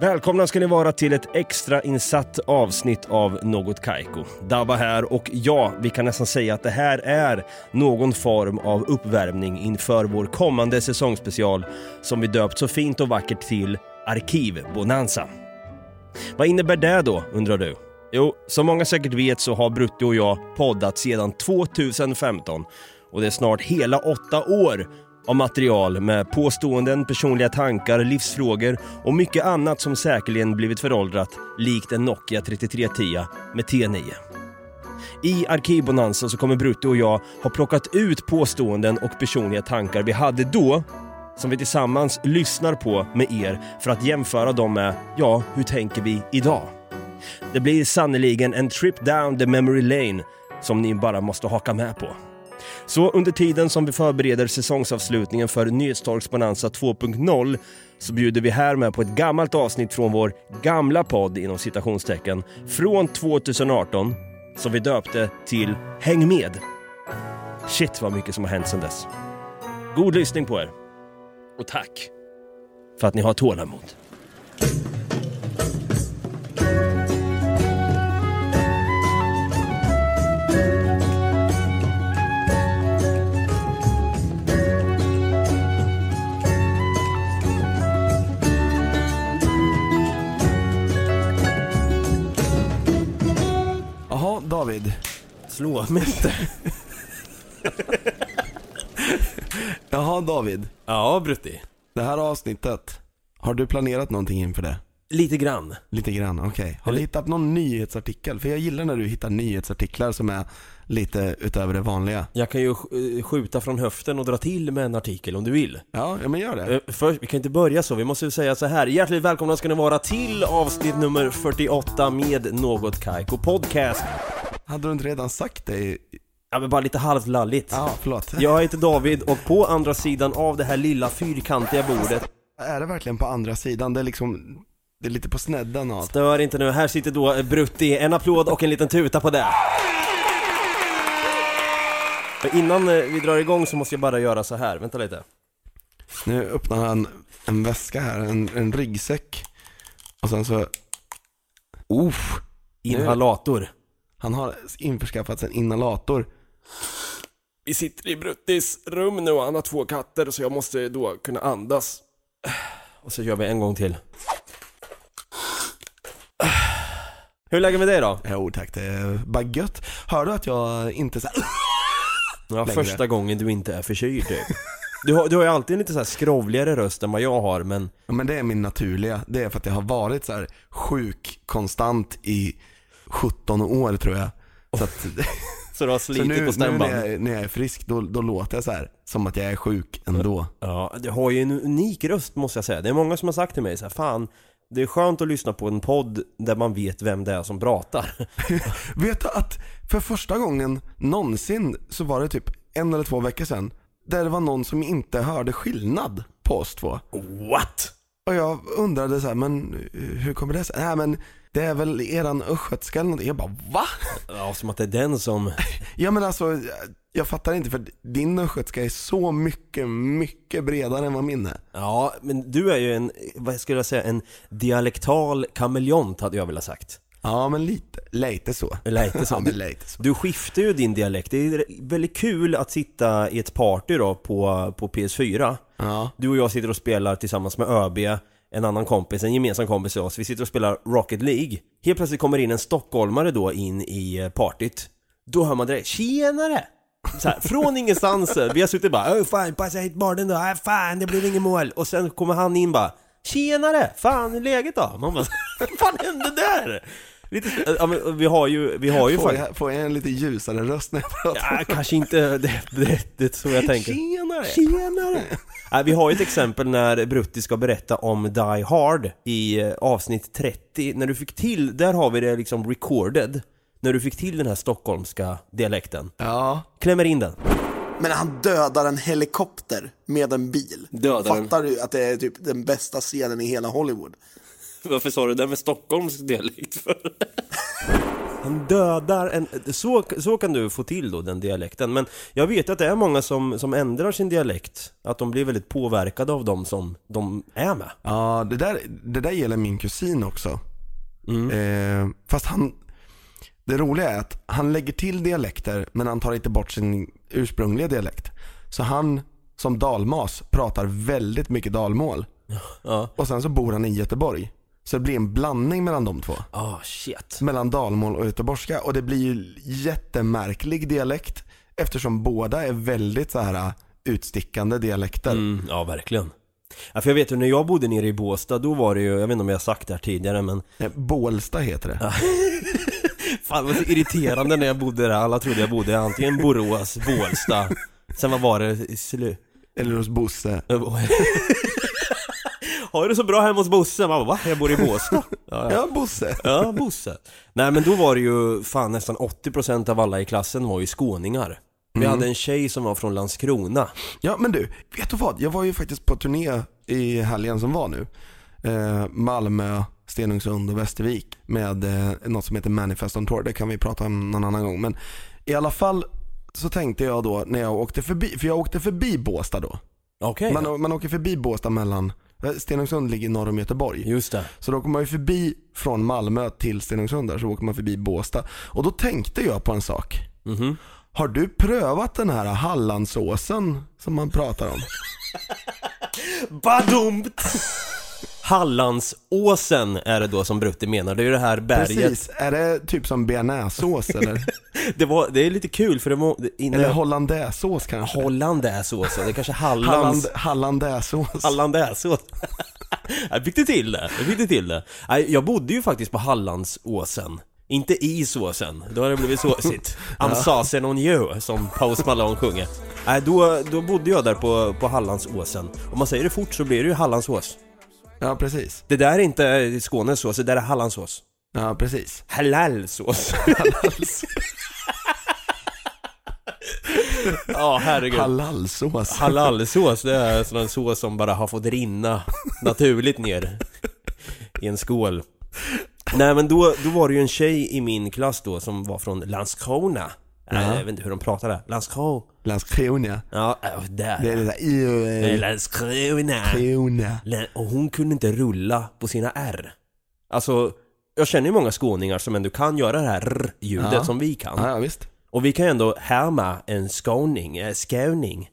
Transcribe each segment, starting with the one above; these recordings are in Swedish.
Välkomna ska ni vara till ett extra insatt avsnitt av Något Kaiko. Dabba här och ja, vi kan nästan säga att det här är någon form av uppvärmning inför vår kommande säsongsspecial som vi döpt så fint och vackert till Arkivbonanza. Vad innebär det då, undrar du? Jo, som många säkert vet så har Brutti och jag poddat sedan 2015 och det är snart hela åtta år av material med påståenden, personliga tankar, livsfrågor och mycket annat som säkerligen blivit föråldrat likt en Nokia 3310 med T9. I Arkivbonanza så kommer Brutti och jag ha plockat ut påståenden och personliga tankar vi hade då som vi tillsammans lyssnar på med er för att jämföra dem med, ja, hur tänker vi idag? Det blir sannoliken en trip down the memory lane som ni bara måste haka med på. Så under tiden som vi förbereder säsongsavslutningen för Nyhetstorks Bonanza 2.0 så bjuder vi här med på ett gammalt avsnitt från vår gamla podd inom citationstecken från 2018 som vi döpte till Häng med. Shit vad mycket som har hänt sedan dess. God lyssning på er. Och tack för att ni har tålamod. Jaha, David. Slå mig inte. Jaha, David. Ja, Brutti. Det här avsnittet, har du planerat någonting inför det? Lite grann. Lite grann, okej. Har du hittat någon nyhetsartikel? För jag gillar när du hittar nyhetsartiklar som är lite utöver det vanliga. Jag kan ju sk- eh, skjuta från höften och dra till med en artikel om du vill. Ja, ja men gör det. Eh, Först, vi kan inte börja så, vi måste ju säga så här. Hjärtligt välkomna ska ni vara till avsnitt nummer 48 med Något Kaiko Podcast. Hade du inte redan sagt det? i- Ja men bara lite halvt lalligt. Ja, förlåt. Jag heter David och på andra sidan av det här lilla fyrkantiga bordet, Är det verkligen på andra sidan? Det är liksom, det är lite på snedden av. stör inte nu, här sitter då eh, Brutti. En applåd och en liten tuta på det. Men innan eh, vi drar igång så måste jag bara göra så här, vänta lite. Nu öppnar han en väska här, en, en ryggsäck. Och sen så, Oof, Inhalator. han har införskaffat sig en inhalator. Vi sitter i Bruttis rum nu och han har två katter så jag måste då kunna andas. Och så gör vi en gång till. Hur lägger vi det då? Jo tack, det är bara gött. Hör du att jag inte så här, Ja, Längre. första gången du inte är förkyld typ. Du har, du har ju alltid en lite så här skrovligare röst än vad jag har men Ja, Men det är min naturliga, det är för att jag har varit så här sjuk konstant i 17 år tror jag. Så, att, Så du har så slitit nu, på nu stämband? när, jag, när jag är frisk då, då låter jag så här som att jag är sjuk ändå. Ja, du har ju en unik röst måste jag säga. Det är många som har sagt till mig så här, fan det är skönt att lyssna på en podd där man vet vem det är som pratar. Vet du att för första gången någonsin så var det typ en eller två veckor sedan där det var någon som inte hörde skillnad på oss två. What? Och jag undrade så här, men eh, hur kommer det sig? Nej men det är väl eran östgötska eller någonting. Jag bara va? Ja, som att det är den som... Ja men alltså, jag fattar inte för din östgötska är så mycket, mycket bredare än vad min är. Ja, men du är ju en, vad skulle jag säga, en dialektal kameleont hade jag velat sagt. Ja men lite, lite så. Lite så. Ja, men lite så. Du skiftar ju din dialekt. Det är väldigt kul att sitta i ett party då på, på PS4. Ja. Du och jag sitter och spelar tillsammans med ÖB, en annan kompis, en gemensam kompis till oss. Vi sitter och spelar Rocket League. Helt plötsligt kommer in en stockholmare då in i eh, partyt. Då hör man direkt ”Tjenare!” så här, från ingenstans. Vi har suttit bara "Åh, ”Fan, passa hit barnen då, äh, fan det blev inget mål” och sen kommer han in bara ”Tjenare! Fan, hur är läget då?” Man bara ”Vad fan hände där?” Lite, ja, men, vi har ju, vi har ju Får faktiskt... jag, får jag en lite ljusare röst när jag pratar? Ja, kanske inte det, det, det är så jag tänker. Tjenare! Tjenare! Nej, vi har ju ett exempel när Brutti ska berätta om Die Hard i eh, avsnitt 30. När du fick till, där har vi det liksom recorded. när du fick till den här stockholmska dialekten. Ja. Klämmer in den. Men han dödar en helikopter med en bil. Dödar den. Fattar du att det är typ den bästa scenen i hela Hollywood? Varför sa du det där med stockholmsk dialekt för? Han dödar en... Så, så kan du få till då den dialekten. Men jag vet att det är många som, som ändrar sin dialekt. Att de blir väldigt påverkade av dem som de är med. Ja, det där, det där gäller min kusin också. Eh, fast han, det roliga är att han lägger till dialekter men han tar inte bort sin ursprungliga dialekt. Så han, som dalmas, pratar väldigt mycket dalmål. Och sen så bor han i Göteborg. Så det blir en blandning mellan de två. Ah, shit. Mellan dalmål och göteborgska. Och det blir ju jättemärklig dialekt eftersom båda är väldigt så här eh, utstickande dialekter. Mm, ja, verkligen. Ja, för jag vet ju när jag bodde nere i Båstad, då var det ju, jag vet inte om jag har sagt det här tidigare men Eh, Bålsta heter det. Fan det var så irriterande när jag bodde där, alla trodde jag bodde i antingen Borås, Bålsta Sen vad var det? Slu... Eller hos Bosse. Har du det så bra hemma hos Bosse? Man bara, va? Jag bor i Båstad? Ja, ja. Ja, Bosse. ja, Bosse Nej men då var det ju fan nästan 80% av alla i klassen var ju skåningar Vi hade en tjej som var från Landskrona Ja men du, vet du vad? Jag var ju faktiskt på turné i helgen som var nu. Eh, Malmö, Stenungsund och Västervik med eh, något som heter Manifest on Tour. Det kan vi prata om någon annan gång. Men i alla fall så tänkte jag då när jag åkte förbi, för jag åkte förbi Båstad då. Okej, Man, man åker förbi Båstad mellan, eh, Stenungsund ligger norr om Göteborg. just det Så då åker man ju förbi från Malmö till Stenungsund där, så åker man förbi Båstad. Och då tänkte jag på en sak. Har du prövat den här Hallandsåsen som man pratar om? Badumt! Hallandsåsen är det då som Brutti menar, det är ju det här berget Precis, är det typ som bearnaisesås eller? Det, var, det är lite kul för det var... det- Innan eller hollandaisesås kanske? Hollandaisesås, ja. det är kanske Hallands... Halland, Hallandaisesås. Hallandaisesås. Jag fick det till det, jag fick det till det. Nej, Jag bodde ju faktiskt på Hallandsåsen. Inte i såsen, då hade det blivit såsigt. I'm saucing on you, som Post Malone sjunger. Nej, då, då bodde jag där på, på Hallandsåsen. Om man säger det fort så blir det ju Hallandsås. Ja precis. Det där är inte Skånes sås, det där är Hallandsås. Ja precis. Halalsås. Ja, herregud. Halalsås. Halalsås, det är sån en sås som bara har fått rinna naturligt ner i en skål. Nej men då, då var det ju en tjej i min klass då som var från Landskrona. Nej, Jag vet inte hur de pratar där. Landskrona. Landskrona. Ja, äh, där. Det är det där, "Ew, eh, Eh, Landskrona. Landskrona. Nej, Och hon kunde inte rulla på sina R. Alltså, jag känner ju många skåningar som ändå kan göra det här R-ljudet Ja. som vi kan. Ja, ja visst. Och vi kan ändå härma en skåning, eh, skåning.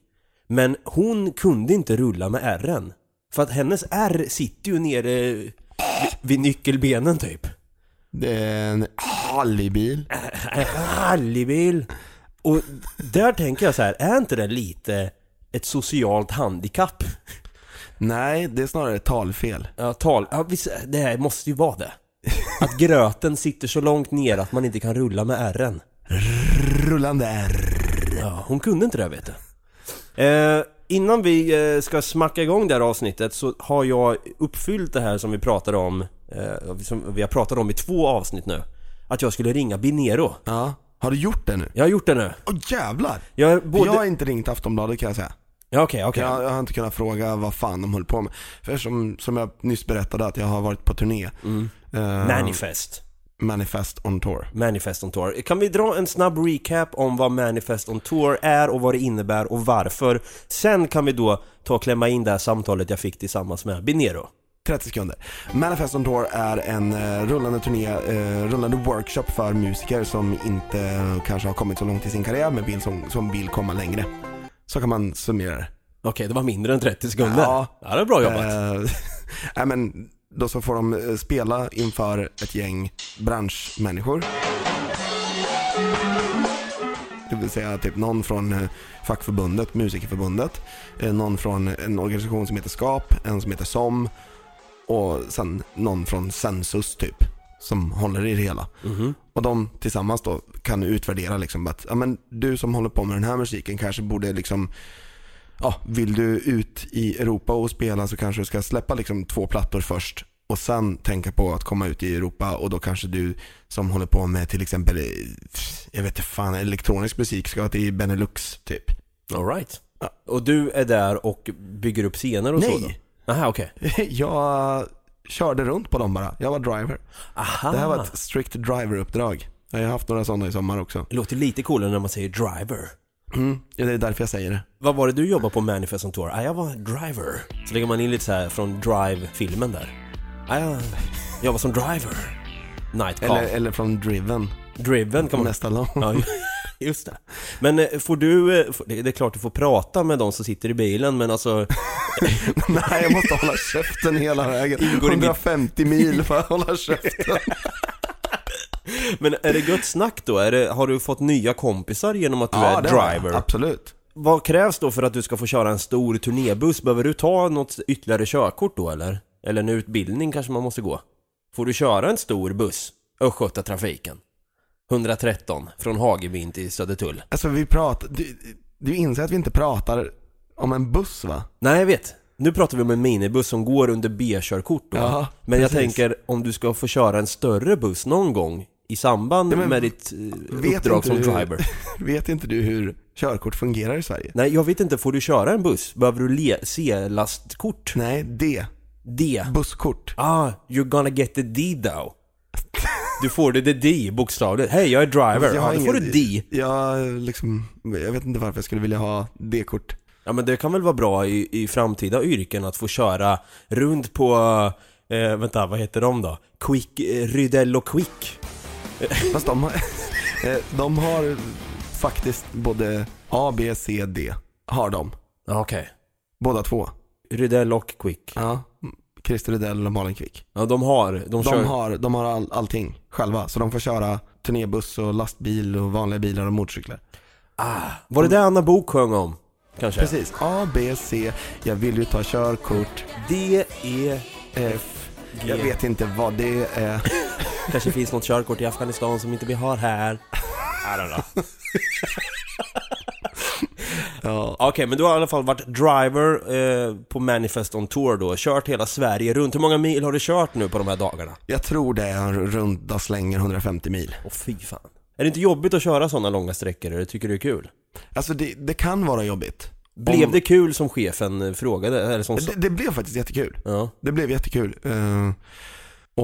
Men hon kunde inte rulla med ärren. För att hennes ärr sitter ju nere vid- vid nyckelbenen typ. Det är en hallibil. En rallybil. Och där tänker jag så här, är inte det lite ett socialt handikapp? Nej, det är snarare talfel. Ja, tal. Ja, visst, det här måste ju vara det. Att gröten sitter så långt ner att man inte kan rulla med ärren. Rullande R. Ja, hon kunde inte det vet du. Eh, innan vi eh, ska smacka igång det här avsnittet så har jag uppfyllt det här som vi pratade om, eh, som vi har pratat om i två avsnitt nu. Att jag skulle ringa Binero. Ja. Har du gjort det nu? Jag har gjort det nu. Åh jävlar! Jag är både... Jag har inte ringt Aftonbladet kan jag säga. Ja, okej, okej. Jag, jag har inte kunnat fråga vad fan de höll på med. För som, som jag nyss berättade att jag har varit på turné. Eh, Manifest. Manifest on Tour. Manifest on Tour. Kan vi dra en snabb recap om vad Manifest on Tour är och vad det innebär och varför? Sen kan vi då ta och klämma in det här samtalet jag fick tillsammans med Binero. 30 sekunder. Manifest on Tour är en eh, rullande turné, eh, rullande workshop för musiker som inte eh, kanske har kommit så långt i sin karriär men vill, som, som vill komma längre. Så kan man summera det. Okej, det var mindre än 30 sekunder. Ja, Ja. det är bra jobbat. Eh, nej men, då så får de eh, spela inför ett gäng branschmänniskor. Det vill säga typ någon från eh, fackförbundet, musikerförbundet, eh, någon från en organisation som heter SKAP, en som heter SOM och sen någon från Sensus typ som håller i det hela. Mhm. Och de tillsammans då kan utvärdera liksom att ja, men du som håller på med den här musiken kanske borde liksom ja, vill du ut i Europa och spela så kanske du ska släppa liksom två plattor först och sen tänka på att komma ut i Europa och då kanske du som håller på med till exempel, eh, jag vet inte fan, elektronisk musik ska till Benelux typ. Alright. Och du är där och bygger upp scener och så? Nej. då? Aha, okej. Jag körde runt på dem bara, jag var driver. Aha. Det här var ett strict driver-uppdrag. Jag har haft några sådana i sommar också. Det låter lite coolare när man säger driver. Mm. Ja, det är därför jag säger det. Vad var det du jobbade på Manifest som Tour? Ah, jag var driver. Så lägger man in lite så här från Drive-filmen där. Ah, jag, jag var som driver. Night Call. Eller, eller från Driven, Driven kan man nästa lång. Ja, ju- just det. Men eh, får du, eh, får- det det är klart du får prata med de som sitter i bilen men alltså, Nej, jag måste hålla käften hela vägen. Ingår i mitt- 150 mil för att hålla käften. men är det gött snack då? Är det, har du fått nya kompisar genom att du är det var jag. driver? Absolut. Vad krävs då för att du ska få köra en stor turnébuss? Behöver du ta något ytterligare körkort då eller? Eller en utbildning kanske man måste gå? Får du köra en stor buss? Östgötatrafiken? 113 från Hageby till Södertull. Alltså vi pratar, du, du inser att vi inte pratar om en buss va? Nej, jag vet. Nu pratar vi om en minibuss som går under B-körkort då. Ja, men jag precis. tänker om du ska få köra en större buss någon gång i samband men med ditt eh, vet uppdrag inte som du- driver. Vet inte du hur körkort fungerar i Sverige? Nej, jag vet inte. Får du köra en buss? Behöver du le- C-lastkort? Nej, det. D. Busskort. Ah, you're gonna get the D though. Du får det, det D bokstavligt. Hej, jag är driver. Ja, har då får du ingen- D. Jag liksom, jag vet inte varför jag skulle vilja ha D-kort. Ja men det kan väl vara bra i, i framtida yrken att få köra runt på, eh, vänta vad heter de då? Quick, eh, Rydell och Quick. Fast de har, eh, de har faktiskt både A, B, C, D. Har de. Ja, Okej. Båda två. Rydell och Quick. Ja. Christer Rydell och Malin Quick. Ja de har, de, kör. De har, de har all, allting själva, så de får köra turnébuss och lastbil och vanliga bilar och motorcyklar. Var det det Anna Bok sjöng om? Kanske? Precis, A, B, C, jag vill ju ta körkort, D, E, F, jag vet inte vad det är. kanske finns något körkort i Afghanistan som inte vi har här. I don't know. Ja, Okej, men du har i alla fall varit driver eh, på Manifest on Tour då, kört hela Sverige runt. Hur många mil har du kört nu på de här dagarna? jag tror det är runda slänger 150 mil. Åh fy fan. Är det inte jobbigt att köra sådana långa sträckor eller tycker du det är kul? Alltså det, det kan vara jobbigt. Blev Om- det kul som chefen eh, frågade? Eller som sa? Det, det blev faktiskt jättekul. Ja. Det blev jättekul. Eh,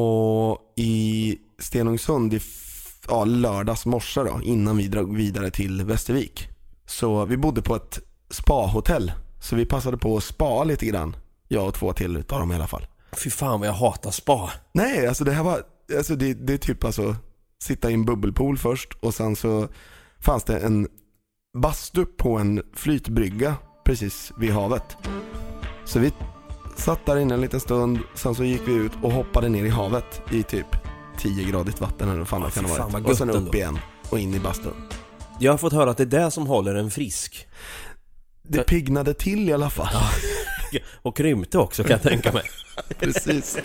och i Stenungsund i f- ja, lördags morse då, innan vi drog vidare till Västervik. Så vi bodde på ett spahotell. Så vi passade på att spa lite grann. Jag och två till utav dem i alla fall. Fy fan vad jag hatar spa. Nej, alltså det här var, alltså det, det är typ alltså sitta i en bubbelpool först och sen så fanns det en bastu på en flytbrygga precis vid havet. Så vi satt där inne en liten stund, sen så gick vi ut och hoppade ner i havet i typ 10 gradigt vatten eller vad fan det Ja, kan fy ha fan vad varit. gött Och sen ändå. upp igen och in i bastun. Jag har fått höra att det är det som håller en frisk. Det piggnade till i alla fall. Och krympte också kan jag tänka mig. Precis.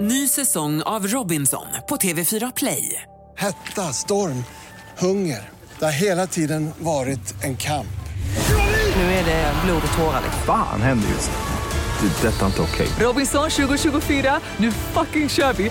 Ny säsong av Robinson på TV4 Play. Hetta, storm, hunger. Det har hela tiden varit en kamp. Nu är det blod och tårar. Fan händer just det. Det är detta inte okej. Robinson 2024, nu fucking kör vi!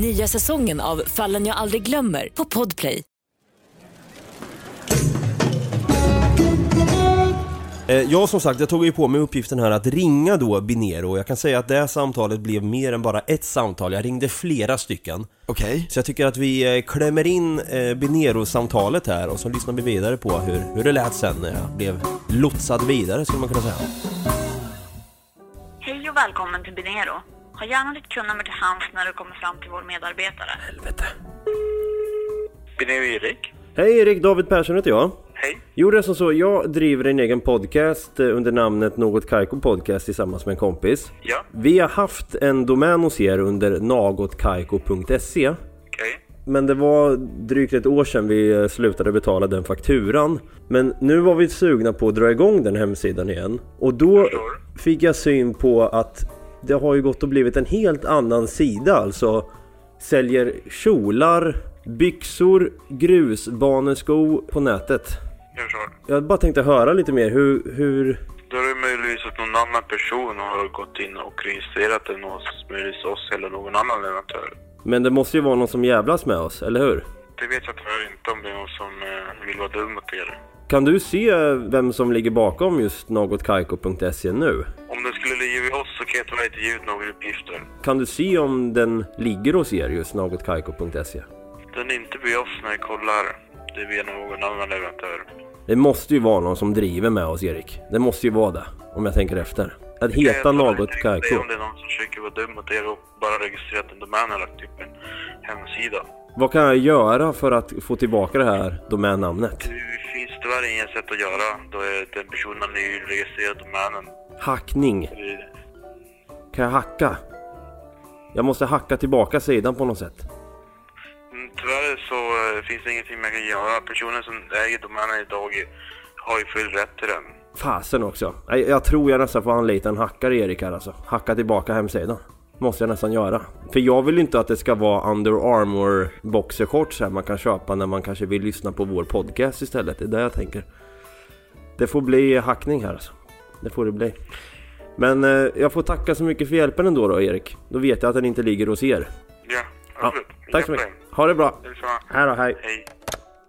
Nya säsongen av Fallen jag aldrig glömmer på Podplay. Eh, Jag som sagt, jag tog ju på mig uppgiften här att ringa då Binero. Jag kan säga att det här samtalet blev mer än bara ett samtal. Jag ringde flera stycken. Okej. Så jag tycker att vi eh, klämmer in eh, Binero-samtalet här och så lyssnar vi vidare på hur, hur det lät sen när jag blev lotsad vidare skulle man kunna säga. Hej och välkommen till Binero. Ha gärna ditt kundnummer till hands när du kommer fram till vår medarbetare. Hej Erik, David Persson heter jag. Hej. Jo, det är som så. Jag driver en egen podcast eh, under namnet Något Kaiko Podcast tillsammans med en kompis. Ja. Vi har haft en domän hos er under nagotkaiko.se. Men det var drygt ett år sedan vi eh, slutade betala den fakturan. Men nu var vi sugna på att dra igång den hemsidan igen. Och då fick jag syn på att det har ju gått och blivit en helt annan sida alltså. Säljer kjolar, byxor, grusbanesko på nätet. Jag förstår. Jag bara tänkte höra lite mer hur, hur... Då är det möjligtvis att någon annan person har gått in och registrerat den hos möjligtvis oss eller någon annan leverantör. Men det måste ju vara någon som jävlas med oss, eller hur? Det vet jag tyvärr inte om det är någon som eh, vill vara dum mot er. Kan du se vem som ligger bakom just nagotkaiko.se E nu? Om det skulle ligga vid oss så kan jag tyvärr inte ge ut några uppgifter. Kan du se om den ligger hos er just nagotkaiko.se? Den är inte vid oss när jag kollar. Det är via någon annan leverantör. Det måste ju vara någon som driver med oss, Erik. Det måste ju vara det, om jag tänker efter. Att heta Det är nagotkaiko. om det är någon som försöker vara dum mot er och bara registrerat en domän eller typ en hemsida. Vad kan jag göra för att få tillbaka det här domännamnet? Det finns tyvärr inget sätt att göra då är den personen har nyregistrerad domänen. Hackning. Det- Kan jag hacka? Jag måste hacka tillbaka sidan på något sätt. Mm, Tyvärr så eh, finns det ingenting man kan göra. Personen som äger domänen idag har ju full rätt till den. Fasen också. Nej, Jag tror jag nästan får anlita en hackare Erik här alltså. Hacka tillbaka hemsidan. Måste jag nästan göra. För jag vill inte att det ska vara Under Armour boxershorts här man kan köpa när man kanske vill lyssna på vår podcast istället. Det är det jag tänker. Det får bli hackning här alltså. Det får det bli. Men eh, jag får tacka så mycket för hjälpen ändå då Erik. Då vet jag att den inte ligger hos er. Ja, Ja, tack så mycket. Ha det bra. Hej då, hej.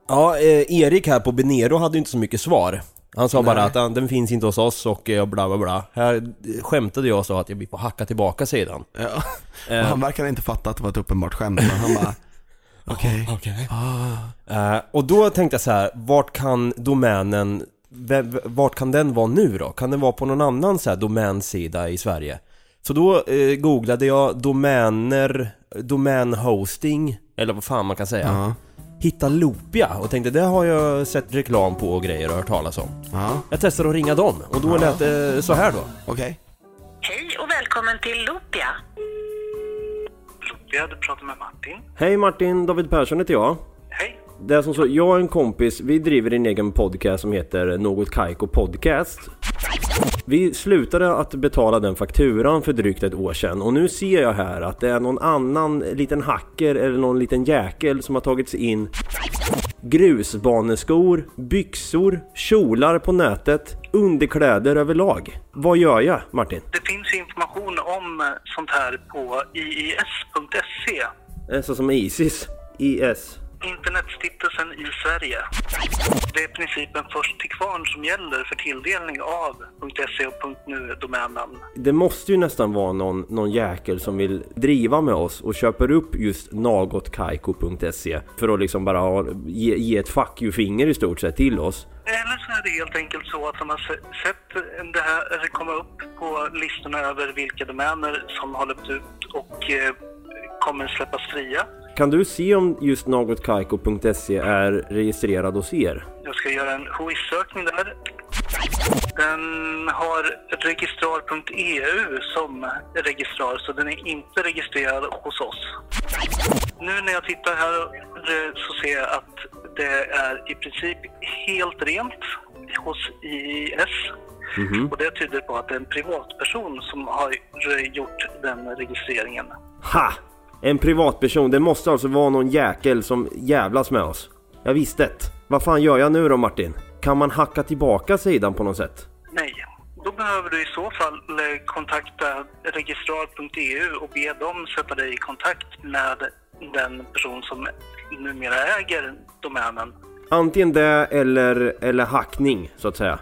Ja, eh, Erik här på Benero hade ju inte så mycket svar. Han sa bara Nej. att ah, den finns inte hos oss och eh, bla bla bla. Här eh, skämtade jag och sa att jag blir på hacka tillbaka sidan. Eh. Och han verkar inte fatta att det var ett uppenbart skämt, men han bara okej. Eh, och då tänkte jag så här, vart kan domänen, vem- v- vart kan den vara nu då? Kan den vara på någon annan så här domänsida i Sverige? Så då eh, googlade jag domäner, domänhosting, eller vad fan man kan säga. Hitta Loopia och tänkte det har jag sett reklam på och grejer och hört talas om. Jag testade att ringa dem och då lät det så här då. Okej. Hej och välkommen till Lopia. Vi hade pratat med Martin. Hej Martin, David Persson heter jag. Hej. Det är som så, jag och en kompis, vi driver en egen podcast som heter Något Kaiko Podcast. Vi slutade att betala den fakturan för drygt ett år sedan och nu ser jag här att det är någon annan liten hacker eller någon liten jäkel som har tagit sig in grusbaneskor, byxor, kjolar på nätet, underkläder överlag. Vad gör jag Martin? Det finns ju information om eh, sånt här på iis.se, Det är så som Isis, IS. Internetstiftelsen i Sverige. Det är principen först till kvarn som gäller för tilldelning av .se och .nu domännamn. Det måste ju nästan vara någon, någon jäkel som vill driva med oss och köper upp just nagotkaiko.se för att liksom bara ha, ge, ge ett fuck you-finger i stort sett till oss. Eller så är det helt enkelt så att de har se- sett det här eller komma upp på listorna över vilka domäner som har löpt ut och eh, kommer släppas fria. Kan du se om just nagotkaiko.se är registrerad hos er? Jag ska göra en HIS-sökning där. Den har registrar.eu som registrar, så den är inte registrerad hos oss. Nu när jag tittar här eh, så ser jag att det är i princip helt rent hos IIS. Och det tyder på att det är en privatperson som har eh, gjort den registreringen. Ha! En privatperson, det måste alltså vara någon jäkel som jävlas med oss. Jag visste det. Vad fan gör jag nu då Martin? Kan man hacka tillbaka sidan på något sätt? Nej, då behöver du i så fall eh, kontakta registrar.eu och be dem sätta dig i kontakt med den person som numera äger domänen. Antingen det eller, eller hackning så att säga.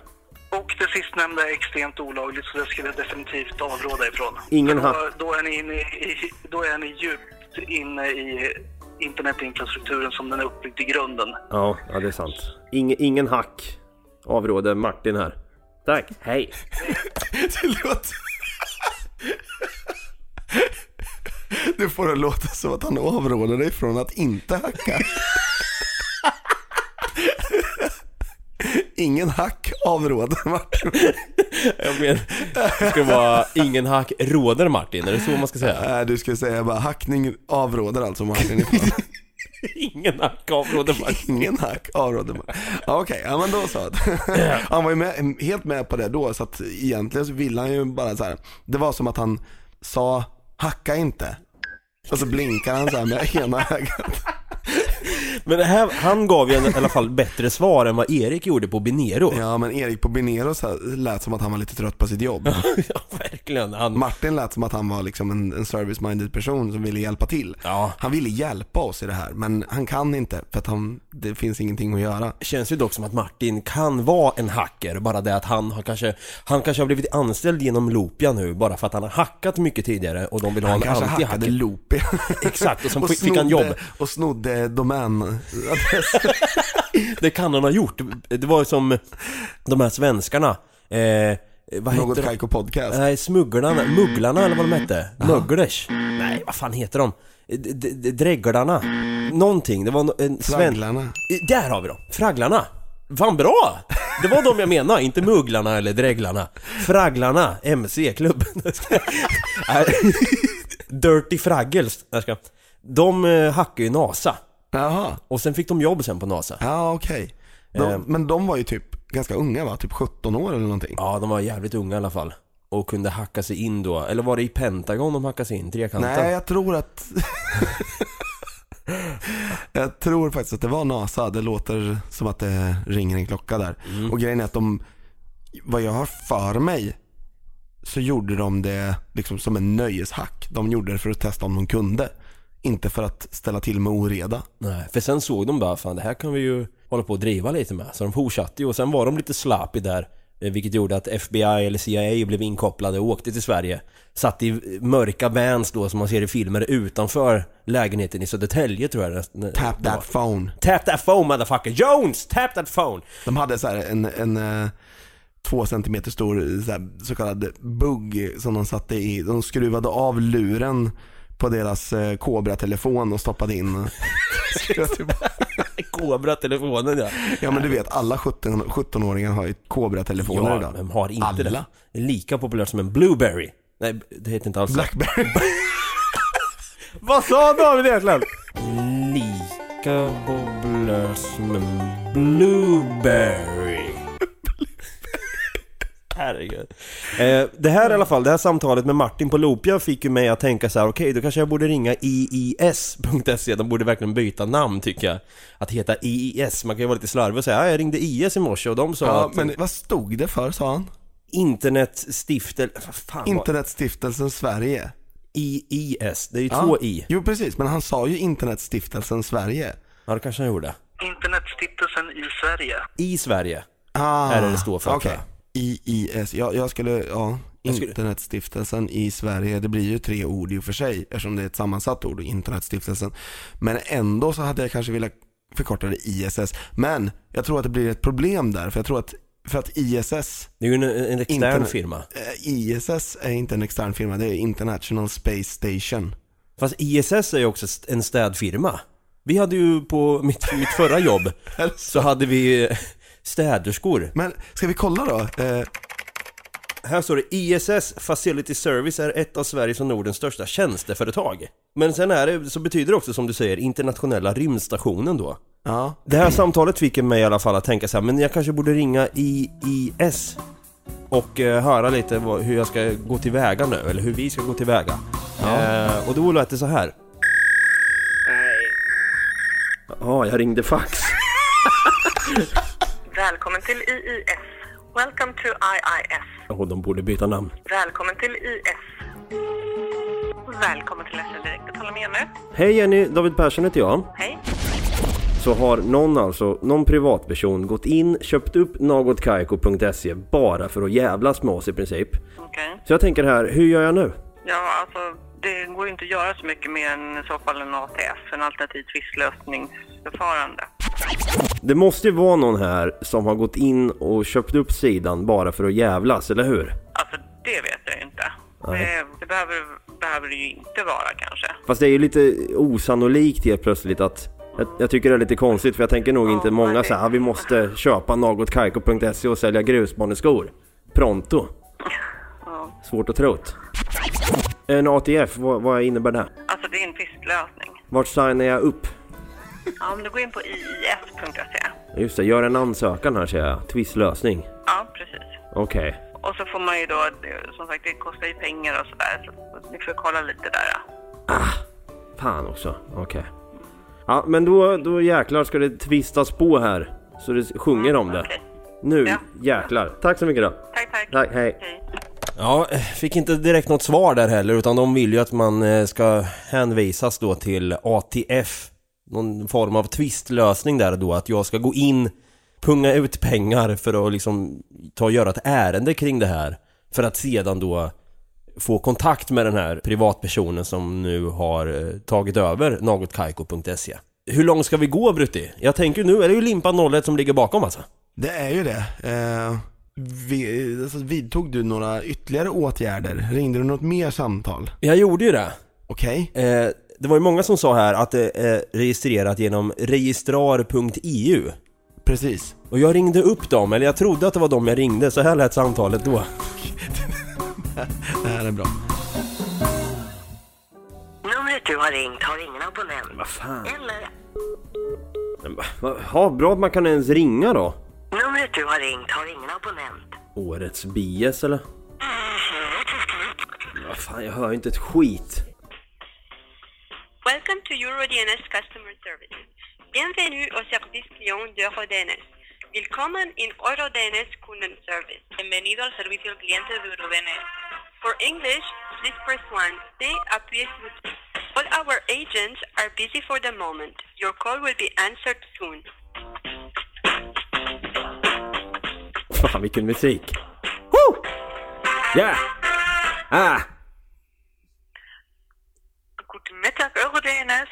Och det sistnämnda är extremt olagligt så det skulle jag definitivt avråda ifrån. Ingen då, hack. då, är ni inne i, då är ni djupt inne i internetinfrastrukturen som den är uppbyggd i grunden. Ja, ja det är sant. Inge, ingen hack avråder Martin här. Tack, hej! Det låter... Du får det låta som att han avråder dig från att inte hacka. Ingen hack avråder Martin. Jag menar, det ska vara ingen hack råder Martin, är det så man ska säga? Nej, du ska säga bara hackning avråder alltså Martin. ingen hack avråder Martin. Ingen hack avråder Martin. Ja, Okej, ja men då så. Han var ju med, helt med på det då, så att egentligen så ville han ju bara så här. Det var som att han sa hacka inte. Och så blinkar han så här med ena ögat. Men det här, han gav ju i alla fall bättre svar än vad Erik gjorde på Binero. Ja, men Erik på Binero så här, lät som att han var lite trött på sitt jobb. ja, verkligen. Han... Martin lät som att han var liksom en, en service-minded person som ville hjälpa till. Ja. Han ville hjälpa oss i det här, men han kan inte för att han, det finns ingenting att göra. Känns ju dock som att Martin kan vara en hacker, bara det att han har kanske, han kanske har blivit anställd genom Loopia nu bara för att han har hackat mycket tidigare och de vill ha Han en kanske anti-hacker. hackade Loopy. Exakt, och sen fick han jobb. Och snodde domän. Det kan han ha gjort. Det var ju som de här svenskarna. Eh, vad Något heter de? Kaiko podcast. Nej, smugglarna, mugglarna eller vad de hette. Möglers. Nej, vad fan heter de? Eh, D- d- d- Drägglarna. Någonting. Det var no- en sven... Fragglarna. Eh, Där har vi dem. Fragglarna. Fan bra! Det var de jag menade, inte mugglarna eller drägglarna. Fragglarna, MC-klubben. Nej. Dirty Fraggles. Nej, jag ska- De eh, hackade ju NASA. Jaha. Och sen fick de jobb sen på NASA. Ja, okej. Eh. De, men de var ju typ ganska unga va? Typ 17 år eller någonting. Ja, de var jävligt unga i alla fall. Och kunde hacka sig in då. Eller var det i Pentagon de hackade sig in? Trekanten? Nej, jag tror att... jag tror faktiskt att det var NASA. Det låter som att det ringer en klocka där. Mm. Och grejen är att de, vad jag har för mig, så gjorde de det liksom som en nöjeshack. De gjorde det för att testa om de kunde. Inte för att ställa till med oreda. Nej, för sen såg de bara fan det här kan vi ju hålla på och driva lite med. Så de fortsatte ju och sen var de lite slappy där. eh, Vilket gjorde att FBI eller CIA blev inkopplade och åkte till Sverige. Satt i eh, mörka vans då som man ser i filmer utanför lägenheten i Södertälje tror jag det- Tap det var. that phone. Tap that phone motherfucker! Jones! Tap that phone! De hade så här en, en eh, två centimeter stor så, här, så kallad bugg som de satte i. De skruvade av luren på deras eh, Cobra-telefon och stoppade in. Kobra-telefonen ja. Ja men du vet alla 17 17-åringar har ju Cobra-telefoner Ja, idag. vem har inte alla. det? Det är lika populärt som en Blueberry. Nej, det heter inte alls det. Blackberry. Vad sa David egentligen? Lika populärt som en Blueberry. Herregud. Eh, det här i alla fall, det här samtalet med Martin på Lopia fick ju mig att tänka så här: okej då kanske jag borde ringa IIS.se, E." de borde verkligen byta namn tycker jag. Att heta IIS, man kan ju vara lite slarvig och säga ja, jag ringde IS i morse och de sa Ja, att men vad stod det för sa han? internetstiftel... Vad fan var- Internetstiftelsen Sverige. IIS, det är ju Ja. två i. Jo precis, men han sa ju Internetstiftelsen Sverige. Ja det kanske han gjorde. Internetstiftelsen i Sverige. I Sverige. Ah, Är det det står för, tror Okej. IIS, jag, jag skulle, ja. Jag skulle- Internetstiftelsen i Sverige, det blir ju tre ord i och för sig eftersom det är ett sammansatt ord, Internetstiftelsen. Men ändå så hade jag kanske velat förkorta det ISS. Men jag tror att det blir ett problem där för jag tror att, för att ISS, Det är ju en, en extern Internet- firma. eh, ISS är inte en extern firma, det är International Space Station. Fast ISS är ju också st- en städfirma. Vi hade ju på mitt, mitt förra jobb så hade vi eh, städerskor. Men ska vi kolla då? Eh, Här står det ISS Facility Service är ett av Sveriges och Nordens största tjänsteföretag. Men sen är det, så betyder det också som du säger internationella rymdstationen då. ja. Det här samtalet fick mig i alla fall att tänka så här, men jag kanske borde ringa IIS och eh, höra lite vad, hur jag ska gå tillväga nu, eller hur vi ska gå tillväga. Eh, och då lät det så här. Ja, jag ringde fax. Välkommen till IIS. Welcome to IIS. Och de borde byta namn. Välkommen till IS. Välkommen till SL Direkt. Betala med nu. Hej Jenny, David Persson heter jag. Hej. Så har någon alltså, någon privatperson gått in, köpt upp nagotkaiko.se bara för att jävlas med oss i princip. Okej. Så jag tänker här, hur gör jag nu? Ja, alltså det går ju inte att göra så mycket mer än i så fall en ATF, en alternativ tvistlösningsförfarande. Det måste ju vara någon här som har gått in och köpt upp sidan bara för att jävlas, eller hur? Alltså, Det vet jag ju inte. Nej. Det, det behöver, behöver det ju inte vara kanske. Fast det är ju lite osannolikt helt plötsligt att Jag, jag tycker det är lite konstigt för jag tänker nog inte många så "Ah, här, vi måste köpa nagotkaiko.se och sälja grusbaneskor. Pronto. Svårt att tro. En ATF, vad, vad innebär det? Alltså det är en tvistlösning. Vart signar jag upp? Ja, om du går in på iis.se. E. Just det, gör en ansökan här säger jag. Tvistlösning. Ja, precis. Okej. Och så får man ju då, som sagt det kostar ju pengar och sådär. Så ni får kolla lite där. ja. Fan också, okej. Ja, men då, då jäklar ska det tvistas på här. Så det sjunger om det. Nu jäklar. Tack så mycket då. Tack, tack. Tack, hej. Ja, fick inte direkt något svar där heller utan de vill ju att man eh, ska hänvisas då till ATF. Någon form av tvistlösning där då, att jag ska gå in, punga ut pengar för att liksom ta och göra ett ärende kring det här. För att sedan då få kontakt med den här privatpersonen som nu har eh, tagit över nagotkaiko.se. Hur långt ska vi gå Brutti? Jag tänker nu är det ju Limpa 01 som ligger bakom alltså. Det är ju det. Eh, vi, alltså, vidtog du några ytterligare åtgärder? Ringde du något mer samtal? Jag gjorde ju det. Okej. Eh, det var ju många som sa här att det är registrerat genom registrar.eu. Precis. Och jag ringde upp dem, eller jag trodde att det var dem jag ringde, så här lät samtalet då. Det här är bra. Numret du har ringt har ingen abonnent. Vad fan? Eller Men va- va- Ja, bra att man kan ens ringa då. numret du har ringt har ingen abonnent. Årets bias eller? Vad fan, jag hör ju inte ett skit. Welcome to EuroDNS Customer Service. Bienvenue au service client d'EuroDNS. Willkommen in EuroDNS Kundenservice. Bienvenido al servicio al cliente de EuroDNS. For English, please press 1. Say appuyez sur All our agents are busy for the moment. Your call will be answered soon. Fan vilken musik! Woo! Yeah! Ah! Guten Mittag, Eurodns.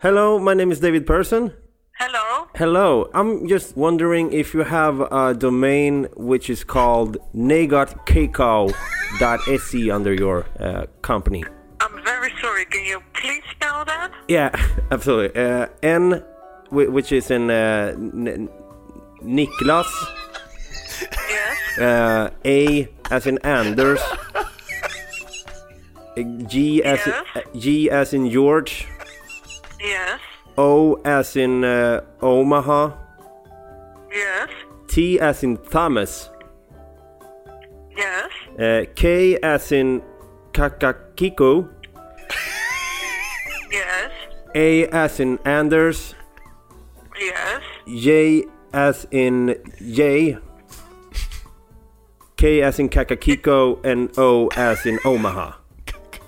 Hello, my name is David Person. Hello. Hello, I'm just wondering if you have a domain which is called negotkakao.se E under your uh, company. I'm very sorry. Can you please spell that? Yeah, absolutely. Uh, N, whi- which is in uh, N- Niklas. Yes. Uh, A as in Anders. Uh, G as in, uh, G as in George. Yes. O as in uh, Omaha. Yes. T as in Thomas. Yes. Uh, K as in Kakakiko. Yes. A as in Anders. Yes. J as in J. K as in Kakakiko and O as in Omaha.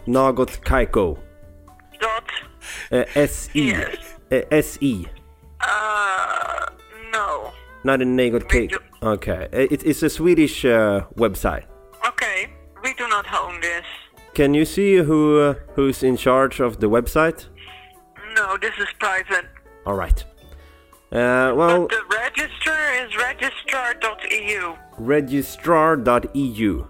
Nagot Kaiko. Dot. Uh, S E. Uh, S E. Uh, no. Not in Nagot Kaiko. Okay. Uh, It, it's a Swedish uh, website. Okay. We do not own this. Can you see who uh, who's in charge of the website? No, this is private. All right. Uh, Oh. well, The register is E E registrar.eu. registrar.eu.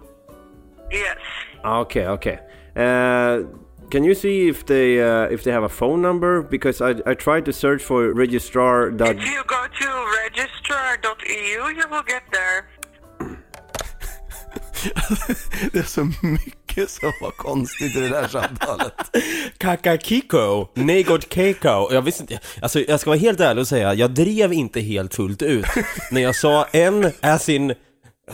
Yes. Ah, Okay, okay. Uh, can you see if they uh, if they have a phone number? Because I, I tried to search for registrar. dot- If you go to registrar.eu, you will get there. Det är så mycket som var konstigt i det där samtalet. Kakakiko, Negot Keiko. Jag visste inte, alltså jag ska vara helt ärlig och säga, jag drev inte helt fullt ut när jag sa en as in,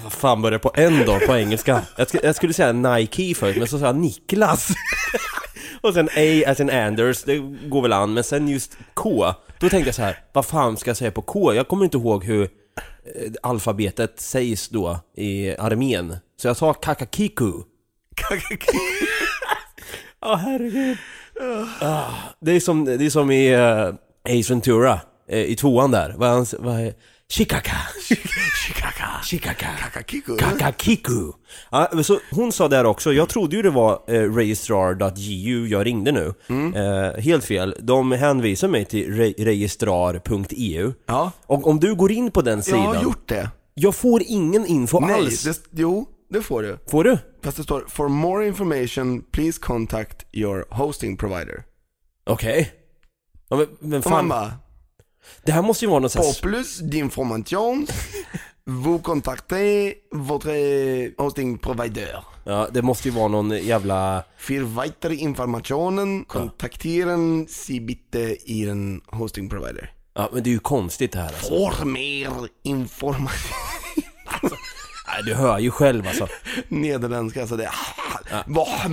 vad fan börjar på en då på engelska? Jag, sk- jag skulle säga Nike först, men så sa jag Niklas. och sen A as in Anders, det går väl an, men sen just K, då tänkte jag så här, vad fan ska jag säga på K? Jag kommer inte ihåg hur eh, alfabetet sägs då i armén. Så jag sa Kakakiku. Åh herregud. Ah, det, är som, det är som i eh, Ace Ventura, eh, i tvåan där. Vad han, s- vad är Shikaka. Shikaka. Shikaka. Kakakiku. Kakakiku. Ja, men så hon sa där också, jag trodde ju det var eh, registrar.ju jag ringde nu. Mm. Eh, helt fel. De hänvisar mig till re- registrar.eu. Ja. Och om du går in på den Jag sidan. har gjort det. Jag får ingen info Nej, alls. det, jo, det får du. Får du? Fast det står “For more information, please contact your hosting provider”. Okej. Ja, men, men Och man fan. bara, Det här måste ju vara något så här... Pour plus d'information, vous contactez votre hosting provider. Ja, det måste ju vara någon jävla... För weitere informationen, kontakteren si bitte ihren hosting provider. Ja, men det är ju konstigt det här alltså. För mer information. Alltså, Nej, du hör ju själv alltså. Nederländska, alltså det är... Eh, Vad